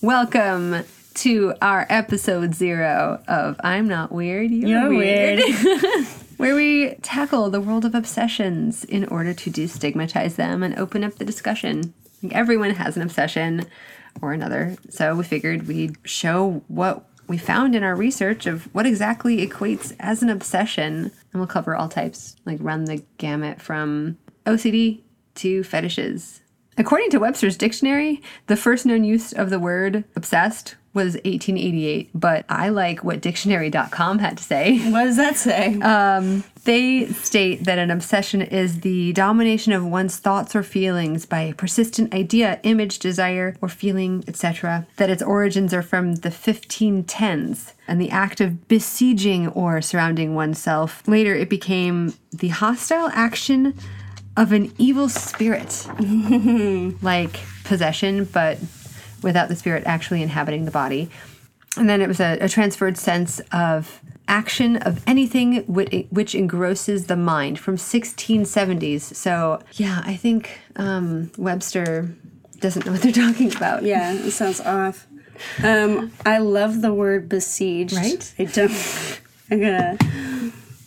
Welcome to our episode zero of I'm Not Weird, You're, You're weird. where we tackle the world of obsessions in order to destigmatize them and open up the discussion. Like everyone has an obsession or another, so we figured we'd show what we found in our research of what exactly equates as an obsession, and we'll cover all types, like run the gamut from OCD to fetishes. According to Webster's dictionary, the first known use of the word obsessed was 1888, but I like what dictionary.com had to say. What does that say? They state that an obsession is the domination of one's thoughts or feelings by a persistent idea, image, desire, or feeling, etc., that its origins are from the 1510s and the act of besieging or surrounding oneself. Later, it became the hostile action of an evil spirit, like possession, but without the spirit actually inhabiting the body. And then it was a, a transferred sense of action of anything which, which engrosses the mind from 1670s. So, yeah, I think um, Webster doesn't know what they're talking about. yeah, it sounds off. Um, I love the word besieged. Right? I don't. I'm gonna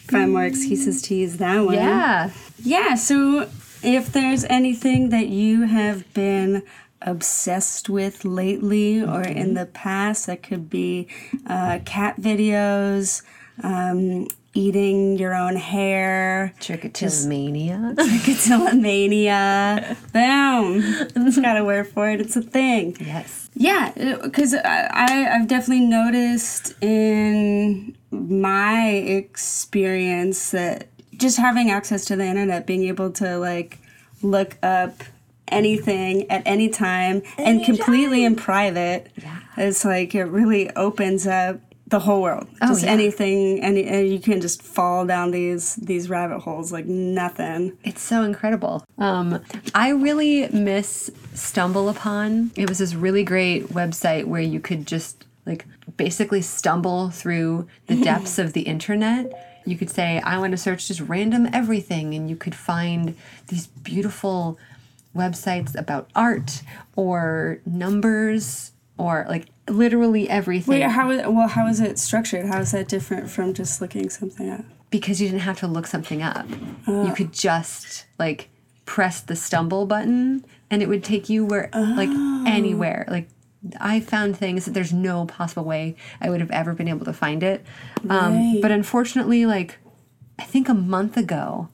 find more excuses to use that one. Yeah. Yeah. So if there's anything that you have been obsessed with lately or in the past, that could be uh, cat videos. Um, Eating your own hair, Trichotillomania. trichotillomania. Boom. It's got a word for it. It's a thing. yes. Yeah, because I, I- I've definitely noticed in my experience that just having access to the internet, being able to like look up anything at any time and completely in private, it's like it really opens up the whole world. just yeah. anything, any, and you can just fall down these these rabbit holes like nothing. It's so incredible. Um, I really miss Stumble Upon. It was this really great website where you could just like basically stumble through the depths of the internet. You could say, I want to search just random everything, and you could find these beautiful websites about art or numbers or like literally everything. Wait, how is well? How is it structured? How is that different from just looking something up? because you didn't have to look something up. you could just like press the stumble button and it would take you where like anywhere. Like I found things that there's no possible way I would have ever been able to find it. Um but unfortunately like I think a month ago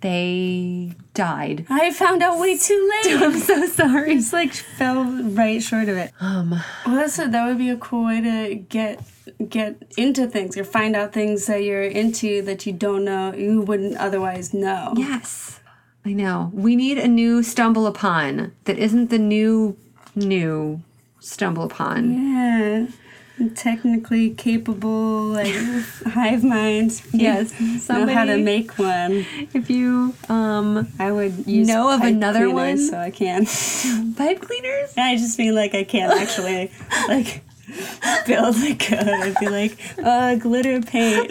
they died. I found out way too late. I'm so sorry. It's like fell right short of it. Um. Well, that's a, that would be a cool way to get get into things or find out things that you're into that you don't know you wouldn't otherwise know. Yes. I know. We need a new stumble upon that isn't the new new stumble upon. Yeah. Technically capable, like hive minds. Yes, know how to somebody- make one. If you um I would use Know of pipe another cleaners, one? so I can. pipe cleaners? I just mean like I can't actually like build a code. I'd be like, uh, glitter paint.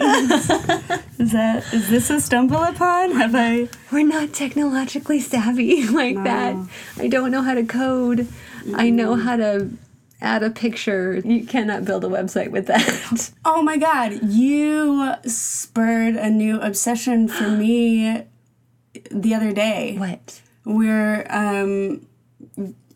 is that is this a stumble upon? Have I? We're not technologically savvy like that. I don't know how to code. I know how to add a picture. You cannot build a website with that. Oh my god, you spurred a new obsession for me the other day. what? We're um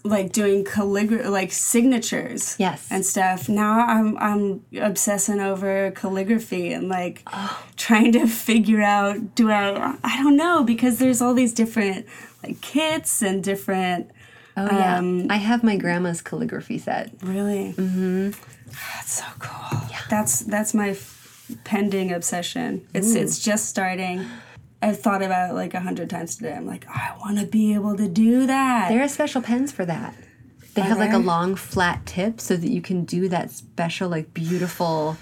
like doing calligraphy like signatures Yes. and stuff now i'm i'm obsessing over calligraphy and like Oh. trying to figure out do i i don't know because there's all these different like kits and different Oh yeah. I have my grandma's calligraphy set. really mm-hmm. that's so cool that's that's my f- pending obsession it's Mm. it's just starting i've thought about it like a hundred times today i'm like i want to be able to do that There are special pens for that. They have like a there? long flat tip so that you can do that special like beautiful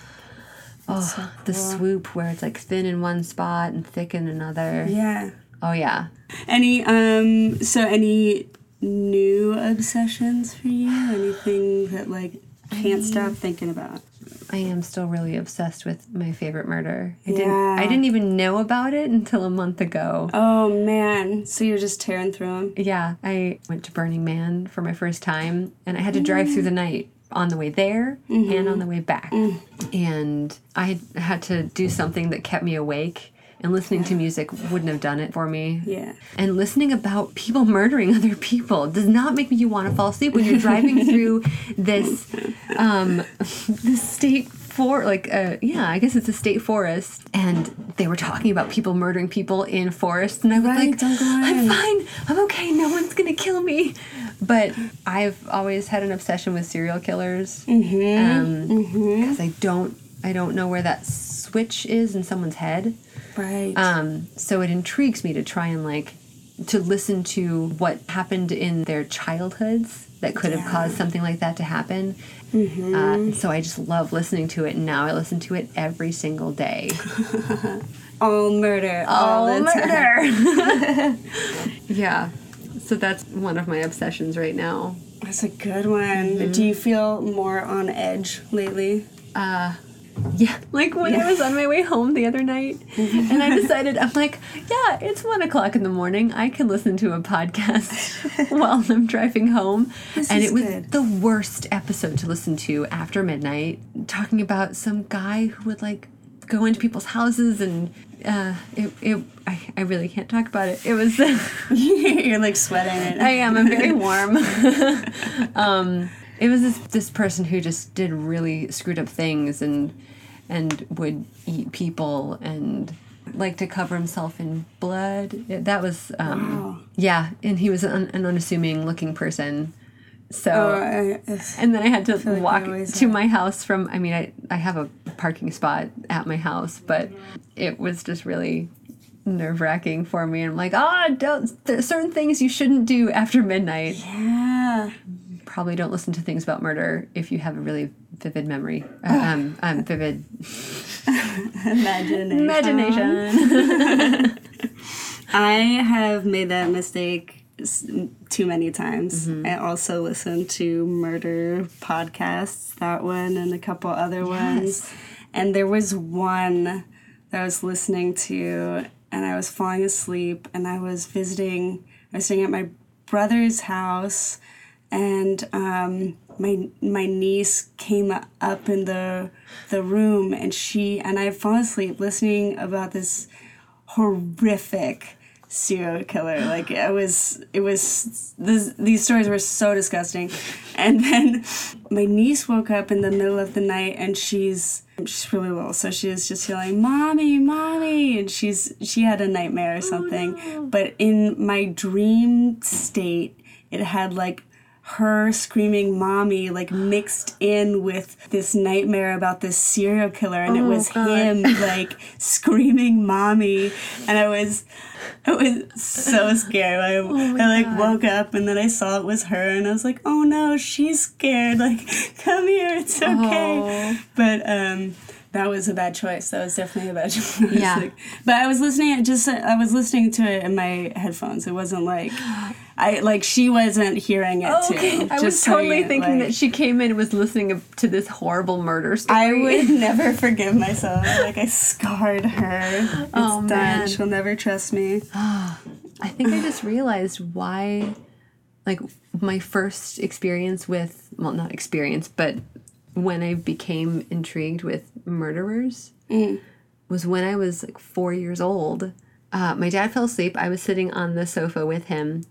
Oh, the swoop where it's like thin in one spot and thick in another. yeah Oh yeah. Any um so any new obsessions for you? Anything that like can't stop thinking about? I am still really obsessed with my favorite murder. I didn't Yeah. I didn't even know about it until a month ago. Oh man, so you're just tearing through them. Yeah, I went to Burning Man for my first time and I had to drive through the night on the way there and on the way back. And I had, had to do something that kept me awake. And listening to music wouldn't have done it for me. Yeah. And listening about people murdering other people does not make you want to fall asleep when you're driving through this um, this state for like uh, yeah, I guess it's a state forest, and they were talking about people murdering people in forests, and I was Right, like, don't go I'm in." fine, I'm okay, no one's gonna kill me. But I've always had an obsession with serial killers because I don't I don't know where that switch is in someone's head. Right. Um, so it intrigues me to try and like to listen to what happened in their childhoods that could have caused something like that to happen. Uh, so I just love listening to it, and now I listen to it every single day. all murder. All, the time. murder. yeah. So that's one of my obsessions right now. That's a good one. Do you feel more on edge lately? Yeah. Like when I was on my way home the other night and I decided, I'm like, yeah, it's one o'clock in the morning. I can listen to a podcast while I'm driving home. This and is it was good. the worst episode to listen to after midnight, talking about some guy who would like go into people's houses and uh, it, it I, I really can't talk about it. It was, I You're like sweating it. am, I'm very warm. um, it was this, this person who just did really screwed up things and and would eat people and like to cover himself in blood. It- that was um, Wow. yeah, and he was an, an unassuming looking person. So Oh, I- ugh. and then I had to like walk I always to my house from I mean I I have a parking spot at my house, but it was just really nerve wracking for me. And I'm like, ah, don't there's certain things you shouldn't do after midnight. yeah. Probably don't listen to things about murder if you have a really vivid memory, uh, um, um, vivid Imagination. imagination. I have made that mistake s- too many times. I also listened to murder podcasts, that one and a couple other ones. And there was one that I was listening to, and I was falling asleep, and I was visiting, I was staying at my brother's house, and um, my my niece came up in the the room, and she and I had fallen asleep listening about this horrific serial killer. Like it was, it was this, these stories were so disgusting. And then my niece woke up in the middle of the night, and she's she's really little, so she was just yelling, "Mommy, mommy!" And she's she had a nightmare or something. But in my dream state, it had like her screaming mommy like mixed in with this nightmare about this serial killer and it was him like screaming mommy and i was it was so scared i, Oh I like woke up and then i saw it was her and i was like oh no she's scared like come here it's Oh. okay but um that was a bad choice. That was definitely a bad choice. Yeah. Like- but I was listening. It just I was listening to it in my headphones. It wasn't like I like she wasn't hearing it too. Oh, I was just so totally you- thinking like, that she came in and was listening to this horrible murder story. I would never forgive myself. Like I scarred her. It's Oh, done. man. She'll never trust me. I think I just realized why, like, my first experience with, well, not experience, but when I became intrigued with murderers was when I was like four years old. Uh, my dad fell asleep. I was sitting on the sofa with him,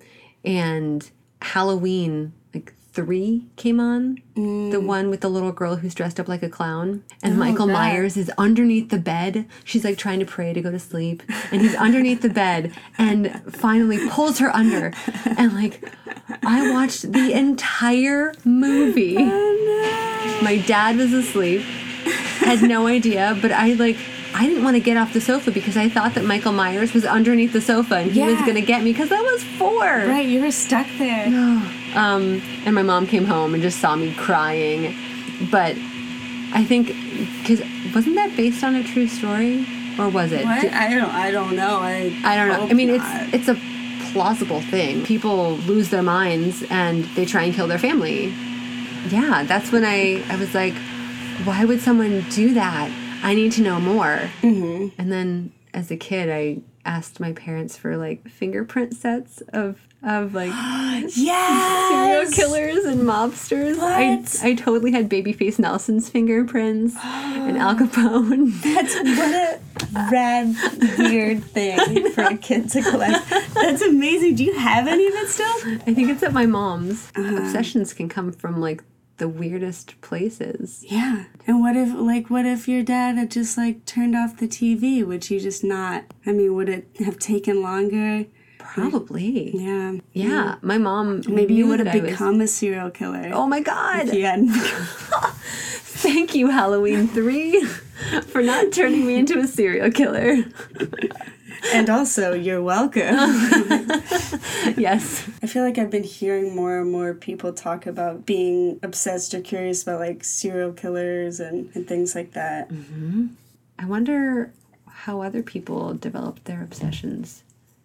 and Halloween, like, three came on the one with the little girl who's dressed up like a clown and michael that. myers is underneath the bed she's like trying to pray to go to sleep and he's underneath the bed and finally pulls her under and like i watched the entire movie my dad was asleep had no idea but i like I didn't want to get off the sofa because I thought that Michael Myers was underneath the sofa and he was Yeah. going to get me because I was four. Right, you were stuck there. Um, and my mom came home and just saw me crying. But I think, because wasn't that based on a true story? Or was it? What? Oh, Did- I don't. I don't know. I. I don't know. hope I mean, not. it's it's a plausible thing. People lose their minds and they try and kill their family. Yeah, that's when I I was like, why would someone do that? I need to know more. Mm-hmm. And then as a kid, I asked my parents for like fingerprint sets of of like serial Yes. killers and mobsters. What? I I totally had Babyface Nelson's fingerprints and Al Capone. That's what a rad, weird thing for a kid to collect. That's amazing. Do you have any of it still? I think it's at my mom's. Uh-huh. Obsessions can come from like the weirdest places. Yeah. And what if, like, what if your dad had just, like, turned off the TV? Would you just not? I mean, would it have taken longer? Probably. Yeah. Yeah. My mom Maybe you knew would have that I was- become a serial killer. Oh my god. If you hadn't. Thank you, Halloween 3, for not turning me into a serial killer. and also, you're welcome. Yes. I feel like I've been hearing more and more people talk about being obsessed or curious about like serial killers and, and things like that. I wonder how other people develop their obsessions,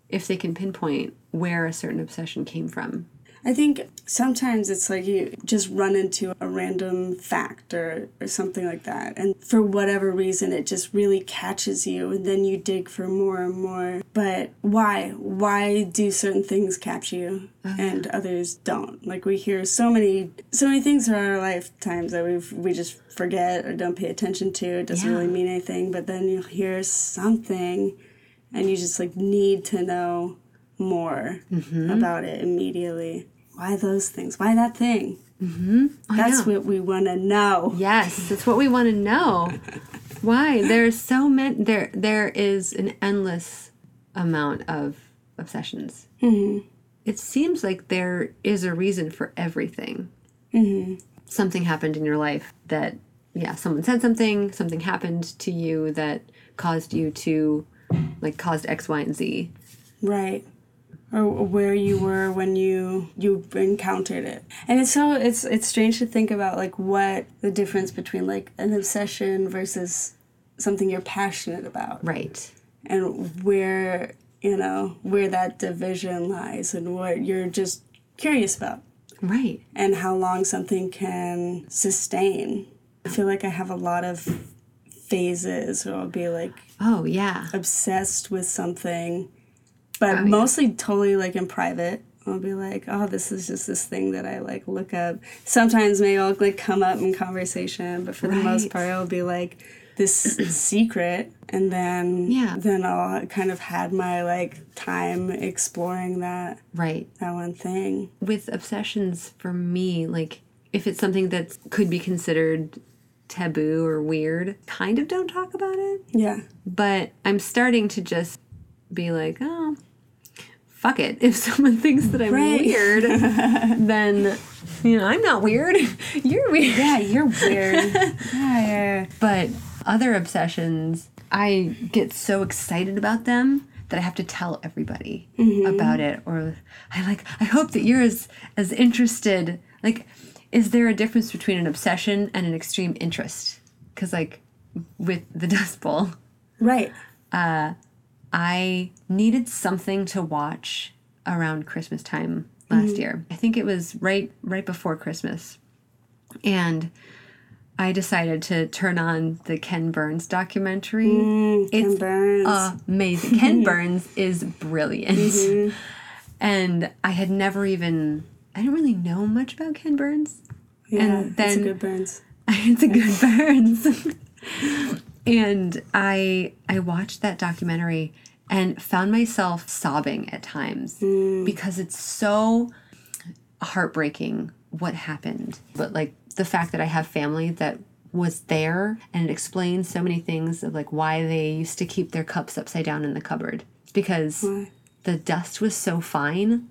if they can pinpoint where a certain obsession came from. I think sometimes it's like you just run into a random fact or, or something like that. And for whatever reason, it just really catches you. And then you dig for more and more. But why? Why do certain things catch you and others don't? Like we hear so many, so many things in our lifetimes that we we just forget or don't pay attention to. It doesn't Yeah. really mean anything. But then you hear something and you just like need to know more about it immediately. Why those things? Why that thing? Mm-hmm. That's what we want to know. Yes, that's what we want to know. Why there's so many there there is an endless amount of obsessions. Mm-hmm. It seems like there is a reason for everything. Mm-hmm. Something happened in your life that yeah, someone said something, something happened to you that caused you to like caused X, Y, and Z. Right. Or where you were when you you encountered it, and it's so it's it's strange to think about like what the difference between like an obsession versus something you're passionate about, Right. and where you know where that division lies, and what you're just curious about. Right. and how long something can sustain. I feel like I have a lot of phases where I'll be like Oh yeah. obsessed with something, but mostly totally like in private. I'll be like, oh, this is just this thing that I like look up. Sometimes maybe I'll like come up in conversation, but for the most Right. part, I'll be like this secret, and then Yeah. then I'll kind of had my like time exploring that Right. that one thing. with obsessions for me like if it's something that could be considered taboo or weird kind of don't talk about it Yeah, but i'm starting to just be like oh fuck it if someone thinks that i'm Right. weird then you know i'm not weird you're weird yeah, you're weird. yeah, yeah. but other obsessions, I get so excited about them that I have to tell everybody Mm-hmm. about it. Or I like, I hope that you're as as interested. Like, is there a difference between an obsession and an extreme interest? Because like with the Dust Bowl, Right. I needed something to watch around Christmas time last Mm-hmm. year. I think it was right right before Christmas. And I decided to turn on the Ken Burns documentary. Mm, Ken it's Burns. Mm-hmm. amazing. Ken Burns is brilliant. And I had never even I didn't really know much about Ken Burns. yeah, and it's a then- good Burns. it's a good burns. and I I watched that documentary and found myself sobbing at times because it's so heartbreaking what happened. But like the fact that I have family that was there and it explains so many things of like why they used to keep their cups upside down in the cupboard because the dust was so fine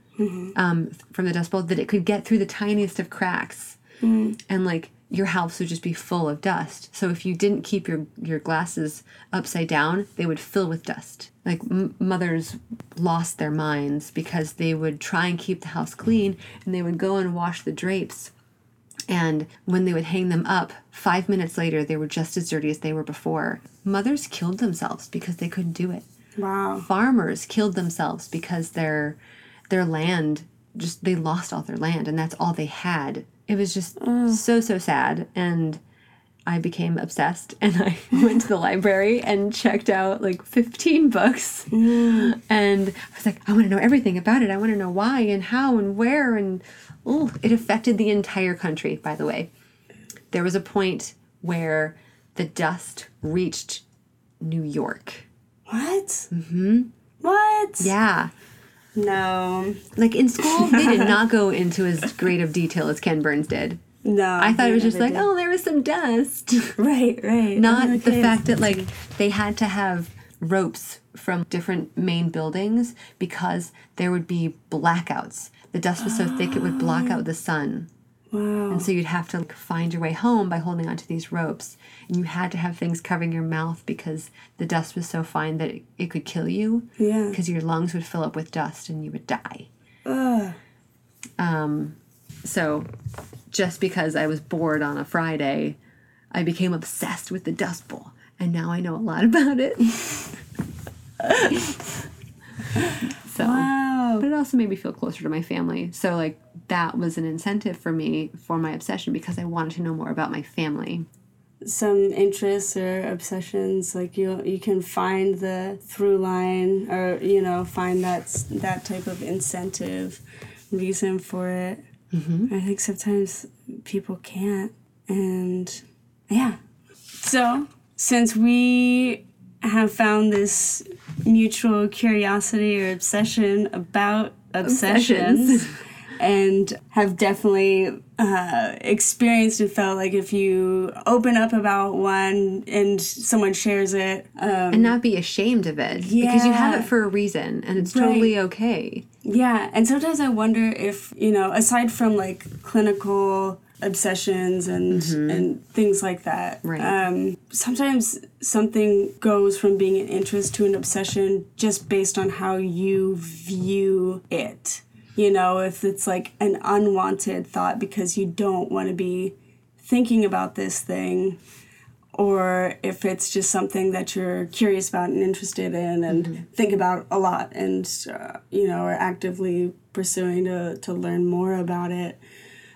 um, from the dust bowl that it could get through the tiniest of cracks and like your house would just be full of dust. So if you didn't keep your your glasses upside down, they would fill with dust. Like m- mothers lost their minds because they would try and keep the house clean and they would go and wash the drapes. And when they would hang them up, 5 minutes later they were just as dirty as they were before. Mothers killed themselves because they couldn't do it Wow. farmers killed themselves because their their land just they lost all their land and that's all they had. It was just so so sad and I became obsessed and I went to the library and checked out like 15 books. And I was like, I want to know everything about it. I want to know why and how and where. And ooh, it affected the entire country, by the way. There was a point where the dust reached New York. What? Mm-hmm. What? Yeah. No. Like in school, they did not go into as great of detail as Ken Burns did. No. I thought it was they just never like, oh, there was some dust. did. Right, right. Not Oh, the okay. fact that like they had to have ropes from different main buildings because there would be blackouts. The dust was so thick it would block out the sun. Wow. And so you'd have to like, find your way home by holding onto these ropes. And you had to have things covering your mouth because the dust was so fine that it, it could kill you. Yeah. Because your lungs would fill up with dust and you would die. Um, Ugh. So just because I was bored on a Friday, I became obsessed with the Dust Bowl. And now I know a lot about it. so Wow. but it also made me feel closer to my family. So like that was an incentive for me for my obsession because I wanted to know more about my family. Some interests or obsessions, like you, you can find the through line, or you know, find that s- that type of incentive, reason for it. Mm-hmm. I think sometimes people can't, and yeah. So since we have found this mutual curiosity or obsession about obsessions. Obsessions. and have definitely uh, experienced and felt like if you open up about one and someone shares it, um, And not be ashamed of it. Because you have Yeah. it for a reason and it's Right. totally okay. yeah. And sometimes I wonder if you know, aside from like clinical obsessions and and things like that, Right. um, sometimes something goes from being an interest to an obsession just based on how you view it. You know, if it's like an unwanted thought because you don't want to be thinking about this thing or if it's just something that you're curious about and interested in and think about a lot and uh, you know are actively pursuing to, to learn more about it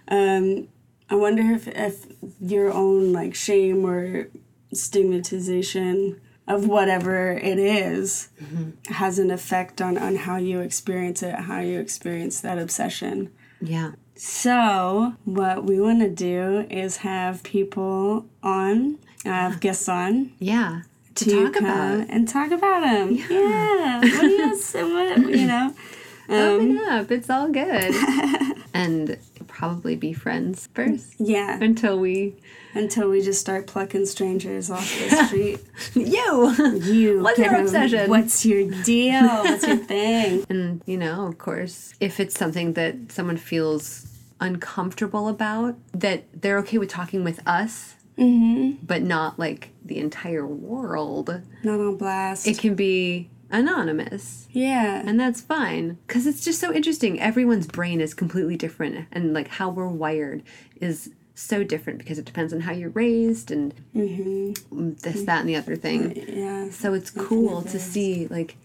um, i wonder if, if your own like shame or stigmatization of whatever it is Mm-hmm. has an effect on, on how you experience it how you experience that obsession Yeah. so, what we want to do is have people on, have guests on Yeah. To, to talk come about. and talk about them. Yeah. What do you, s- what, you know? Um, Open up. It's all good. and probably be friends first Yeah. until we. Until we just start plucking strangers off the street. You! You. What's your kiddo, obsession? What's your deal? What's your thing? and, you know, of course, if it's something that someone feels uncomfortable about, that they're okay with talking with us, but not like the entire world, Not on blast. it can be anonymous. yeah. And that's fine because it's just so interesting. Everyone's brain is completely different, and like how we're wired is so different because it depends on how you're raised and this, that, and the other thing. Yeah. So it's cool to see, like,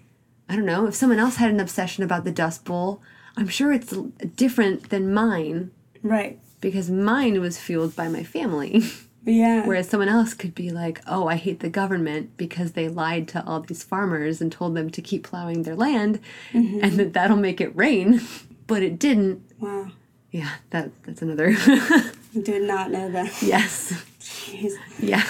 I don't know, if someone else had an obsession about the Dust Bowl, I'm sure it's l- different than mine Right. because mine was fueled by my family. Yeah. Whereas someone else could be like, oh, I hate the government because they lied to all these farmers and told them to keep plowing their land Mm-hmm. and that that'll make it rain. But it didn't. wow. Yeah, that, that's another. I did not know that. yes. Jeez. Yeah.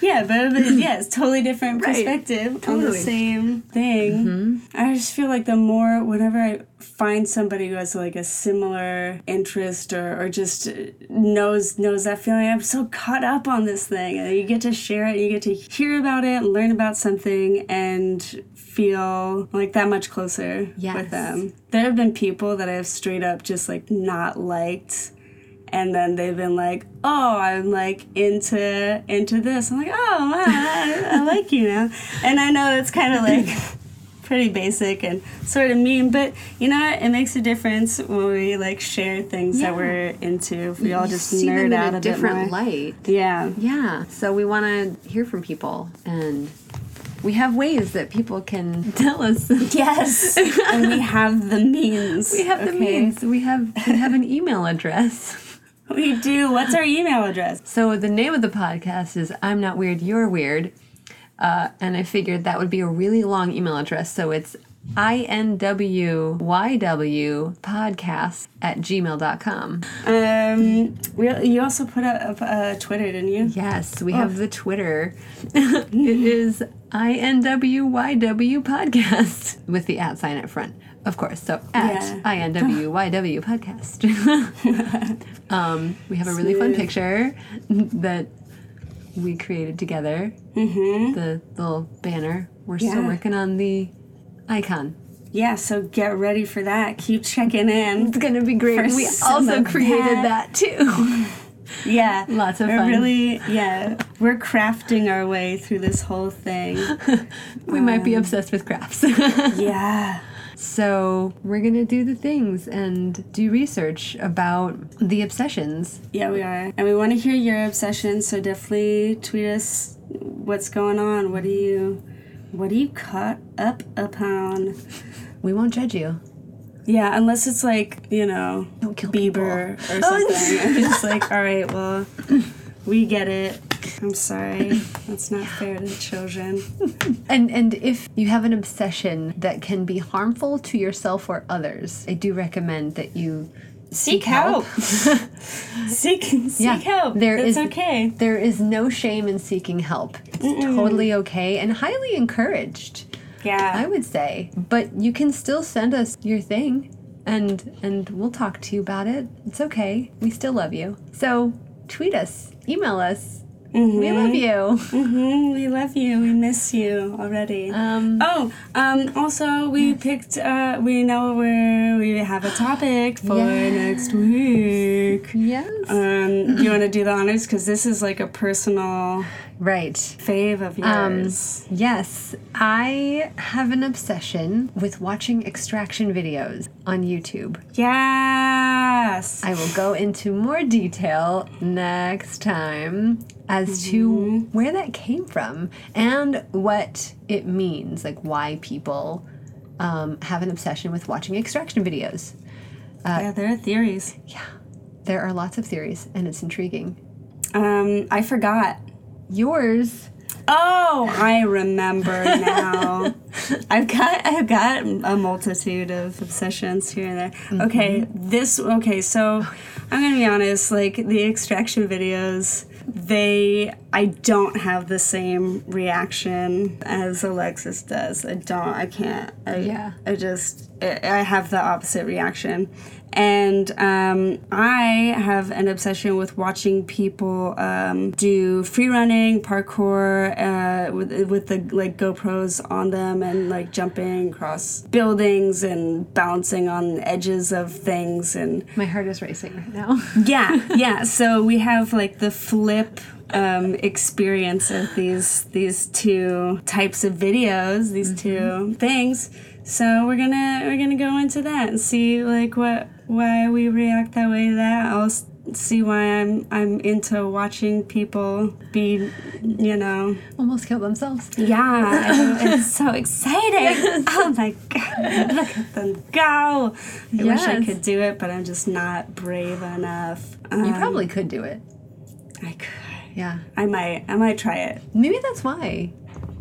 Yeah, but it is, yeah, it's totally different Right. perspective on the Totally. Mm-hmm. same thing. I just feel like the more, whenever I find somebody who has like a similar interest or, or just uh, knows knows that feeling, I'm so caught up on this thing. And you get to share it, you get to hear about it, learn about something, and feel like that much closer Yes. with them. There have been people that I have straight up just like not liked and then they've been like, "Oh, I'm like into into this." I'm like, "Oh, wow, I, I like you now," and I know it's kind of like pretty basic and sort of mean, but you know, what? it makes a difference when we like share things Yeah. that we're into. If we all just See nerd them in out a a, bit more. different light. Yeah, Yeah. So we want to hear from people and we have ways that people can tell us. yes, and we have the means. We have the means. We have we have an email address. We do. What's our email address? So the name of the podcast is I'm Not Weird, You're Weird. Uh, and I figured that would be a really long email address. So it's INWYW podcast at gmail.com. Um, we, you also put up a Twitter, didn't you? Yes, we have the Twitter. it is INWYW podcast with the at sign at front, of course. So at Yeah. INWYW podcast. um, we have a really fun Smooth. picture that we created together. Mm-hmm. The little banner. We're still Yeah. working on the icon. Yeah. So get ready for that. Keep checking in. It's gonna be great. For we some also of created that, too. Yeah. Lots of we're fun. Really. Yeah. We're crafting our way through this whole thing. we might be obsessed with crafts. Yeah. So we're gonna do the things and do research about the obsessions. Yeah, we are. And we want to hear your obsessions, so definitely tweet us what's going on. What do you what are you caught up upon? We won't judge you. Yeah, unless it's like, you know, Don't kill Bieber or something. I'm just like, all right, well, we get it. I'm sorry. That's not fair to children. And and if you have an obsession that can be harmful to yourself or others, I do recommend that you Seek help. seek seek Yeah, help. there it's is- okay. There is no shame in seeking help. It's totally okay and highly encouraged, I Yeah. would say. But you can still send us your thing and and we'll talk to you about it. It's okay. We still love you. So tweet us, email us. We love you. hmm we love you. We miss you already. Um, Oh, um, also we picked. Uh, we know where we have a topic for Yes. next week. yes. Um, do you want to do the honors? Because this is like a personal right. fave of Um, yours. Yes, I have an obsession with watching extraction videos on YouTube. yes. I will go into more detail next time as to where that came from and what it means, like why people um, have an obsession with watching extraction videos. uh, yeah, there are theories. Yeah, there are lots of theories, and it's intriguing. Um, I forgot. Yours Oh, I remember now. I've got I've got a multitude of obsessions here and there. Okay, this okay, so I'm going to be honest, like the extraction videos, they I don't have the same reaction as Alexis does. I don't I can't. I, Yeah. I just I I have the opposite reaction. And um, I have an obsession with watching people um, do free running, parkour, uh, with, with the like GoPros on them, and like jumping across buildings and balancing on edges of things, and My heart is racing right now. yeah, yeah. So we have like the flip um, experience of these these two types of videos, these Mm-hmm. two things. So we're gonna we're gonna go into that and see like what why we react that way to that. I'll s- see why I'm I'm into watching people be you know Almost kill themselves. yeah I- it's so exciting oh my god look at them go I wish I Yes. could do it but I'm just not brave enough You Um, probably could do it. I could. Yeah. I might. I might try it. Maybe that's why.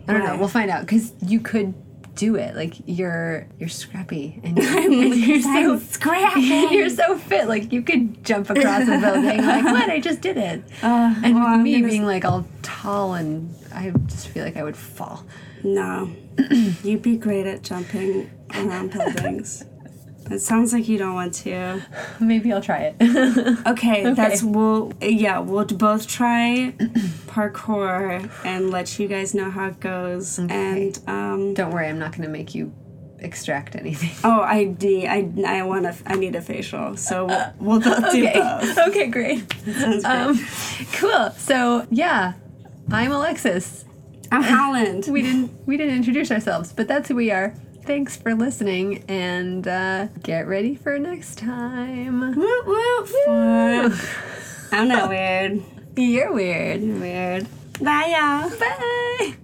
I don't know. Why? We'll find out because you could do it. Like you're you're scrappy and, and you're so scrappy. you're so fit. Like you could jump across a building. Like what? I just did it. and with well, I'm me gonna s- being like all tall and I just feel like I would fall. No, you'd be great at jumping around buildings. It sounds like you don't want to. Maybe I'll try it. Okay, that's we'll yeah we'll both try parkour and let you guys know how it goes. And um don't worry. I'm not going to make you extract anything. oh I need I I want a I need a facial so we'll, we'll both do both. Okay. okay. Great. Um, cool. So yeah, I'm Alexis. I'm Holland. we didn't we didn't introduce ourselves, but that's who we are. Thanks for listening, and uh, get ready for next time. Woot woot. Fun. I'm not weird. You're weird. Weird. Bye y'all. Bye.